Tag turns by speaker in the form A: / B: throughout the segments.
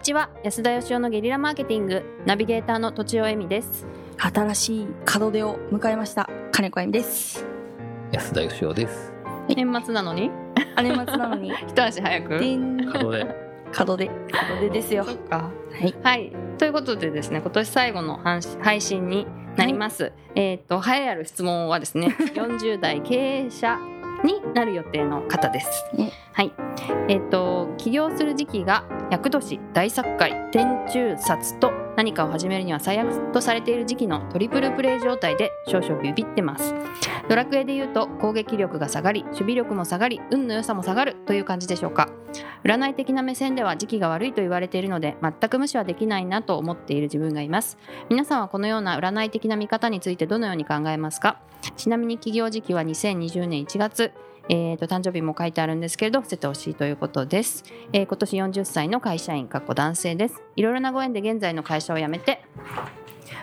A: ちは安田義雄のゲリラマーケティングナビゲーターの土尾恵美です
B: 新しい門出を迎えました金子あゆみです
C: 安田義雄です。
B: い
A: 年末なのに
B: あ年末なのに
A: 一足早く
B: でん
C: 門出。
B: 門出門出ですよ
A: そっか
B: はい
A: はいということでですね今年最後の配信配信になります、えっ、と栄えある質問はですね40代経営者になる予定の方です
B: ね
A: はいえっ、と起業する時期が厄年大作会天中殺と何かを始めるには最悪とされている時期のトリプルプレイ状態で少々ビビってますドラクエでいうと攻撃力が下がり守備力も下がり運の良さも下がるという感じでしょうか占い的な目線では時期が悪いと言われているので全く無視はできないなと思っている自分がいます皆さんはこのような占い的な見方についてどのように考えますかちなみに起業時期は2020年1月えー、と誕生日も書いてあるんですけれど伏せてほしいということです、えー今年40歳の会社員かっこ男性ですいろいろなご縁で現在の会社を辞めて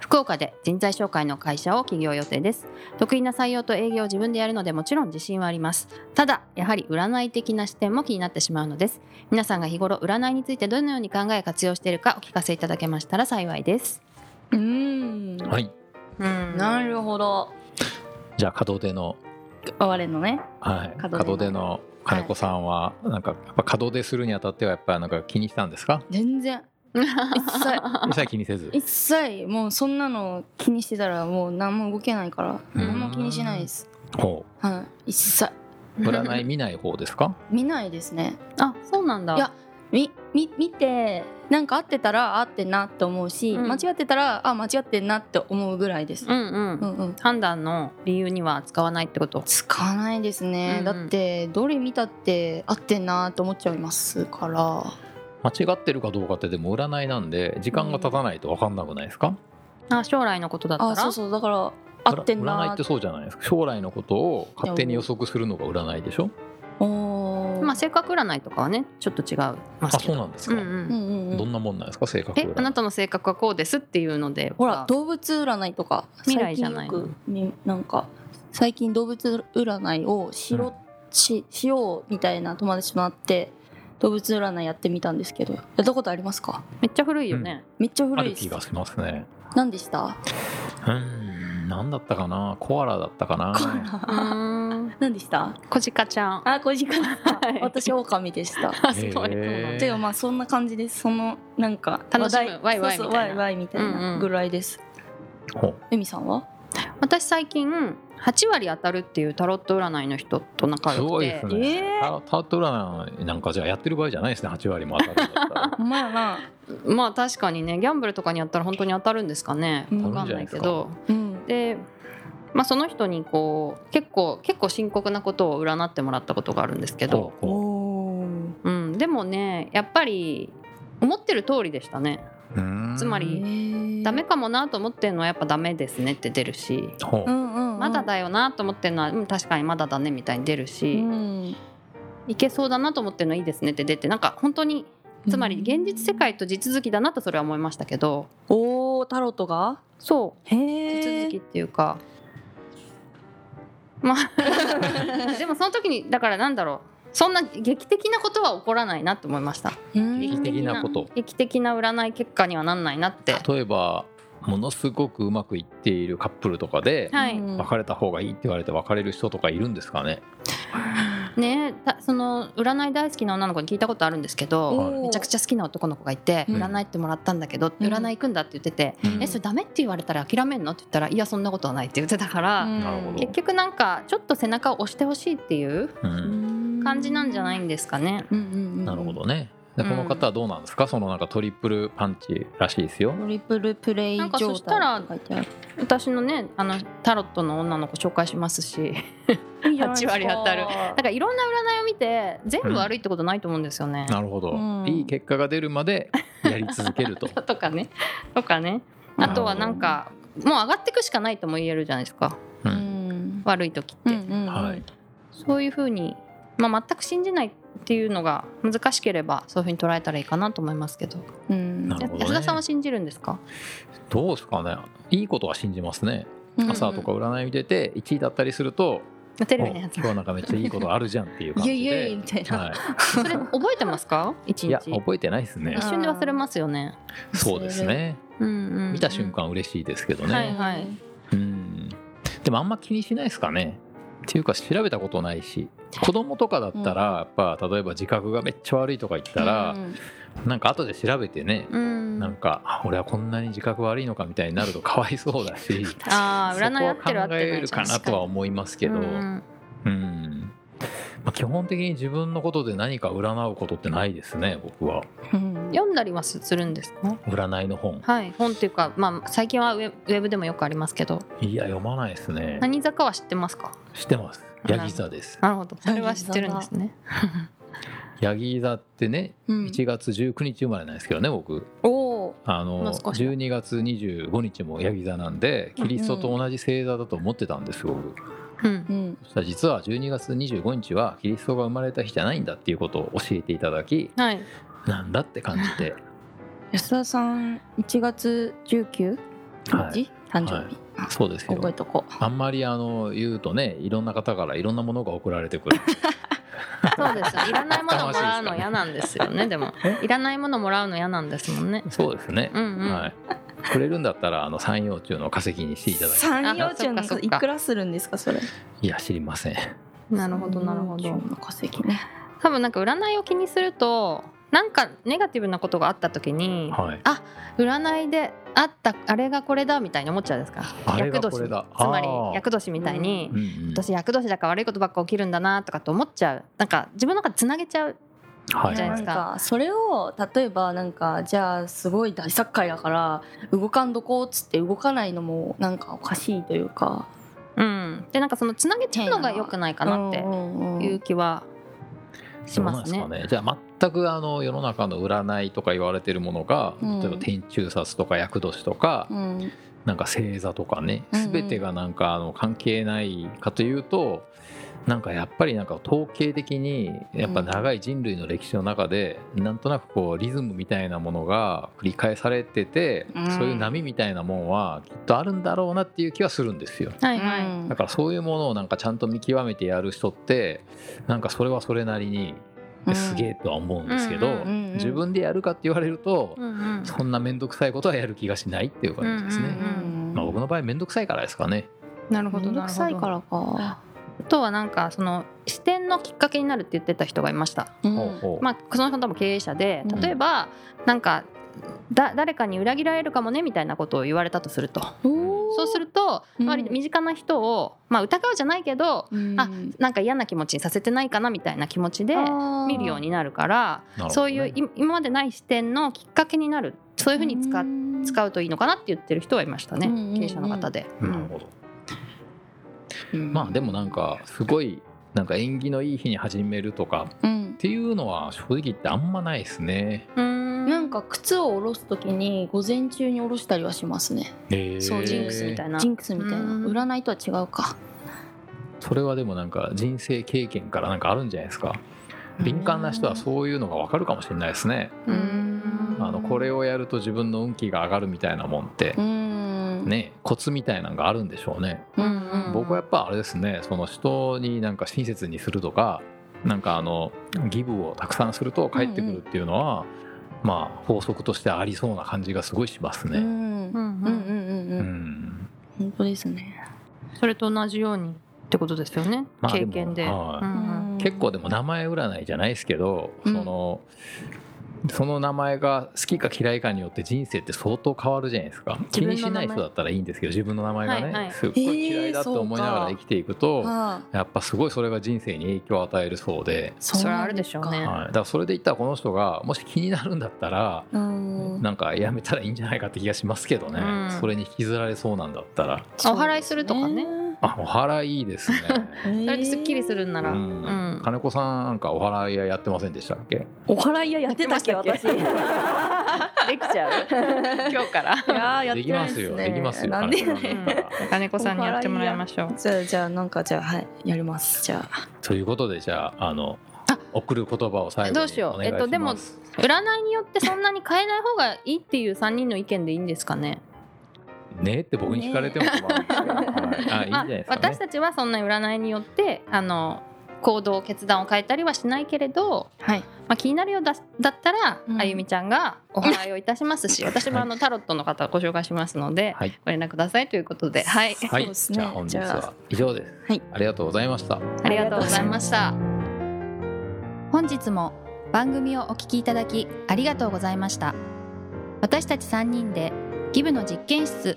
A: 福岡で人材紹介の会社を起業予定です得意な採用と営業を自分でやるのでもちろん自信はありますただやはり占い的な視点も気になってしまうのです皆さんが日頃占いについてどのように考え活用しているかお聞かせいただけましたら幸いです。
B: うーん
C: はい。
A: うん
B: なるほど
C: じゃあ門出の、
B: 我のね
C: はい、
B: 門出の
C: 門出の金子さんは、なんかやっぱ門出するにあたってはやっぱなんか気にしたんですか？
B: 全然
C: 一切気にせず。
B: 一切もうそんなの気にしてたらもう何も動けないから
C: うん
B: 何も気にしないです
C: ほ
B: はい一切
C: う。 占い見ない方ですか？
B: 見ないですね
A: あそうなんだ。
B: いやみみ見てなんか合ってたら合ってんなって思うし、
A: うん
B: 間違ってたらあ間違ってんなって思うぐらいです、
A: う
B: うん
A: んうん、
B: うん
A: 判断の理由には使わないってこと。
B: 使わないですね、
A: うんうん
B: だってどれ見たって合ってんなって思っちゃいますから
C: 間違ってるかどうかってでも占いなんで時間が経たないと分かんなくないですか？
A: あ将来のことだったら。
B: あそうそうだから合ってん
C: 占い
B: な
C: ってそうじゃないですか。将来のことを勝手に予測するのが占いでしょ？
B: おー
A: まあ性格占いとかはねちょっと違いま
C: あ、
A: すけ
C: そう
A: ど。
C: なんですか。
A: うん
B: う
A: うん
B: んうんう
C: ど
B: ん
C: んなもんなんですか性格
A: えあ
C: 占い
A: な。たの性格はこうですっていうので
B: ほら動物占いとか
A: 未来じゃないの
B: 最近よくみなんか最近動物占いをしろ、
C: うん
B: ししようみたいな友達となって動物占いやってみたんですけどやったことありますか
A: めっちゃ古いよね。
B: めっちゃ
C: あ
B: 古い
C: る
B: で
C: 気
B: す
C: がしますね。
B: 何でした
C: うん、なんだったかな。コアラだったかな。
B: コア
A: う
B: ラ
A: ーん。
B: 何でした
A: 小鹿ちゃん。
B: あ小鹿ですか
A: はい
B: 私狼でした
A: あすごい。
C: へー
B: てかまあそんな感じですそのなんか
A: 楽しむ
B: 話題
A: ワイワイ
B: そう
A: み
B: そう
A: たいな
B: ワイワイみたい
A: うんう
B: なんぐらいです
C: ほう
B: えみさんは
A: 私最近8割当たるっていうタロット占いの人と仲良くて。
C: すごいですね。
B: ええ
C: タタートル占いなんかじゃあやってる場合じゃないですね8割も当たるんだったら
B: ほんまやな
A: まあ確かにねギャンブルとかにやったら本当に当たるんですかね
B: うん
A: 分かんないけど
B: うん
A: で、まあ、その人にこう結構結構深刻なことを占ってもらったことがあるんですけど
C: ほ、う
B: お
C: ほ
B: おー
A: うん、でもねやっぱり思ってる通りでしたね
C: ううーん
A: つまりダメかもなと思ってるのはやっぱダメですねって出るし
C: ほう
B: うんうんうん
A: まだだよなと思ってるのは、うん、確かにまだだねみたいに出る
B: う
A: し、
B: ん
A: いけそうだなと思ってるのいいですねって出てなんか本当につまり現実世界と地続きだなとそれは思いましたけど
B: おおタロットが
A: そう
B: へ
A: 手続
B: え
A: きっていうか、まあ でもその時にだからなんだろうそんな劇的なことは起こらないなと思いました
C: 劇的なこと
A: 劇的な占い結果にはなんないなって
C: 例えばものすごくうまくいっているカップルとかで
A: はい
C: 別れた方がいいって言われて別れる人とかいるんですかね
A: ねえたその占い大好きな女の子に聞いたことあるんですけどめちゃく
B: ち
A: ちゃ好きな男の子がいて
B: うん
A: 占いってもらったんだけど
B: うん
A: 占い行くんだって言ってて「
B: うん
A: えそれダメって言われたら諦めんの?」って言ったら「いやそんなことはない」って言ってたから
C: なるほど
A: 結局なんかちょっと背中を押してほしいっていう
C: うん
A: 感じなんじゃないいんですかね。
B: な
C: なるほどねで
A: うん
C: この方はどうなんですかそのなんかトリプルパンチらしいですよ
B: トリプルプレイ
A: なんかそ
B: 状
A: したら
B: 態って書いてある
A: 私のねあのタロットの女の子紹介しますし
B: いいじゃないですか
A: 8割当たるなんかいろんな占いを見て全部悪いってことないと思うんですよね。
C: なるほど
B: うん
C: いい結果が出るまでやり続け ると
A: とかねとかねあとはなんかもう上がっていくしかないとも言えるじゃないですか
C: う
B: うんん
A: 悪い時って、
B: うんうんうん
C: はい
A: そういうふうに、まあ、全く信じないっていうのが難しければそういうふうに捉えたらいいかなと思いますけど
B: うん
C: なるほどね
A: 安田さんは信じるんですか
C: どうですかねいいことは信じますね
B: うん
C: 朝とか占い見てて1位だったりすると
A: テレビのやつ
C: 今日なんかめっちゃいいことあるじゃんっていう感
B: イ
C: じ
B: エ
C: で
B: イイエイみたいな、
C: は
A: それ覚えてますか一
C: い、いや
A: 日
C: 覚えてないですね
A: 一瞬で忘れますよね
C: そうですね
A: うんうんうん
C: 見た瞬間嬉しいですけどね、
A: はいはい
C: うんでもあんま気にしないですかねっていうか調べたことないし子供とかだったらやっぱ例えば自覚がめっちゃ悪いとか言ったら
B: うん
C: なんか後で調べてね
A: うん
C: なんかあ俺はこんなに自覚悪いのかみたいになるとかわいそうだし
A: ああ
C: そこ
A: 占い合
C: は
A: ってる合っ
C: 考
A: てな
C: え
A: い
C: るかなとは思いますけど
A: うん
C: うんまあ基本的に自分のことで何か占うことってないですね僕は
B: うん
A: 読んだりはすするんですか
C: 占いの本
A: はい本っていうかまあ最近はウェウェブでもよくありますけど
C: いや読まないですね
A: 何座かは知ってますか
C: 知ってますヤギ座です
A: なるほどそれは知ってるんですね
C: ヤギ座ってね
B: うん
C: 1月19日生まれなんですけどね僕
B: おー
C: あ
A: もう
C: の
A: 少しだ
C: 12月25日もヤギ座なんでキリストと同じ星座だと思ってたんですよ、僕
A: うん
B: うん
C: そしたら実は12月25日はキリストが生まれた日じゃないんだっていうことを教えていただき
A: はい
C: なんだって感じで
B: 安田さん1月19日、
C: はい
B: 誕生日、
C: そうですよ
B: 覚えとこ
C: あんまりあの言うとねいろんな方からいろんなものが送られ てくる
A: そうですいらないものもらうの嫌なんですよ ねでもいらないものもらうの嫌なんですもんね
C: そうですね
A: う、んうん、
C: はいくれるんだったらあの山陽中の化石にしていうただき
B: 三葉虫
A: あそっ
B: の
A: かそっか
B: いくらするんですかそれ
C: いや知りません
A: なるほどなるほ
B: 三葉
A: ど
B: 虫の化石ね
A: 多分なんか占いを気にするとなんかネガティブなことがあった時に
C: はい
A: 占いであったあれがこれだみたいに思っちゃうですか
C: あれが
A: 厄
C: これ
A: 年
C: だ
A: つまり
C: あー
A: 厄年みたいに、
C: うんうん
A: 私厄年だから悪いことばっか起きるんだなとかと思っちゃうなんか自分の中でつなげちゃう
C: はい
A: じゃない
B: な
A: です
B: ん
A: か
B: かそれを例えばなんかじゃあすごい大作界だから動かんどこうっつって動かないのもなんかおかしいというか
A: うんでなんかそのつなげちゃうのが良くないかなって
B: うんうんうん
A: いう気はしますね
C: どうなんですかねじゃあ全くあの世の中の占いとか言われてるものが、
B: うん
C: 例えば天中殺とか厄年とか、
B: うん
C: なんか星座とかね
B: うんうん
C: 全てがなんかあの関係ないかというとなんかやっぱりなんか統計的にやっぱ長い人類の歴史の中で、なんとなくこうリズムみたいなものが繰り返されてて、
B: うん
C: そういう波みたいなもんはきっとあるんだろうなっていう気はするんですよ。
A: はいはい、
B: うん
C: だからそういうものをなんかちゃんと見極めてやる人ってなんかそれはそれなりに
B: うん
C: すげえとは思うんですけ
A: うん
C: ど
A: うん
B: うんうん
C: 自分でやるかって言われると
A: うんうん
C: そんな面倒くさいことはやる気がしないっていう感じです
A: うん
C: ね。
B: うん
C: まあ、僕の場合面倒くさいからですかね。
A: なるほ
B: め
A: ど
B: んど
A: な
B: く
A: る
B: さ
A: ほ
B: い
A: ど
B: からか
A: あとはなんかその視点のきっかけになるって言ってた人がいました、
B: うん
C: ほうほう
A: まあ、その人多分経営者で
B: うん
A: 例えばなんかだ誰かに裏切られるかもねみたいなことを言われたとすると
B: おー
A: そうすると、
B: うん
A: まあ、身近な人を、まあ、疑うじゃないけど
B: うん
A: あなんか嫌な気持ちにさせてないかなみたいな気持ちで
B: あー
A: 見るようになるから
C: なるほどね
A: そういうい今までない視点のきっかけになるそういうふうに使っ
B: ん
A: 使うといいのかなって言ってる人はいましたね、
B: うんうんうん
A: 経営者の方で。
C: なるほどまあでもなんかすごいなんか縁起のいい日に始めるとかっ
B: うん
C: ていうのは正直言ってあんまないですね。
A: うん
B: なんか靴を下ろすときに午前中に下ろしたりはしますね
A: そうジンクスみたいな
B: ジンクスみたいな
A: うん
B: 占いとは違うか
C: それはでもなんか人生経験からなんかあるんじゃないですか。敏感な人はそういうのがわかるかもしれないですね。
A: う
B: うん
C: あのこれをやると自分の運気が上がるみたいなもんって
B: うん
C: ねコツみたいなのがあるんでしょうね。
B: うん
A: うん
C: 僕はやっぱあれですねその人になんか親切にするとかなんかあのギブをたくさんすると返ってくるっていうのは、まあ法則としてありそうな感じがすごいします
B: う
C: ね。
B: んうん
A: う
B: う
A: ん
B: んう
A: うん
B: んう
C: うんん
B: 本当ですね。
A: それと同じようにってことですよね、
C: まあで
A: 経
C: も
A: 験で。
C: はい
A: うん
C: 結構でも名前占いじゃないですけど、
B: うん
C: そのその名前が好きか嫌いかによって人生って相当変わるじゃないですか
A: 自
C: 気
A: 分の名前
C: にしない人だったらいいんですけど自分の名前がね、
A: はいはい
C: すっごい嫌いだと思いながら生きていくと、
B: あ
C: やっぱすごいそれが人生に影響を与えるそうで、
B: そ
A: それはあるでしょうね
C: はい、だからそれで言ったらこの人がもし気になるんだったら、
B: うん
C: なんかやめたらいいんじゃないかって気がしますけどね、
A: うん
C: それに引きずられそうなんだったら
A: お祓いするとかね。
C: あお祓いいいですね。
A: それですっきりするんな
C: う
A: ら、うん
C: ん、金子さんなんかお祓いやってませんでしたっけ
B: お祓いややってたっけ
A: やってま
B: 私
A: した っけできちゃう今日から
B: いやーやっ
C: で
B: て
C: き
B: な
C: ま
B: い
C: す
B: す
C: よ、
B: ね
C: できますよ。
B: なんで
C: 金子さんだったら
A: 金子さんにやってもらいましょう
B: じゃあじゃあなんかじゃあはいやりますじゃあ
C: ということで、じゃあ、あの
A: あ。
C: 送る言葉を最後に
A: どうしよう
C: お願いします
A: えっとでも占いによってそんなに変えない方がいいっていう3人の意見でいいんですかね
C: ねえって僕に聞かれても困るんですけど、 はい、あいいんじゃ
B: ま
C: な
B: あ
C: いですか
B: 私
C: ね。
B: たちはそんな占いによってあの行動決断を変えたりはしないけれど、
D: はい
B: まあ、気になるようだだったら、
D: うん
B: あゆみちゃんがお祓いをいたします し私もあのタロットの方ご紹介しますので、
C: はい
B: ご連絡くださいということで、はい、
C: はい、
D: そうです
C: じ
D: ね
C: ゃあ本日
D: じゃ
C: は以上です、
D: はい
C: ありがとうございました。
B: ありがとうございました。
A: 本日も番組をお聞きいただきありがとうございました私たち3人でギブの実験室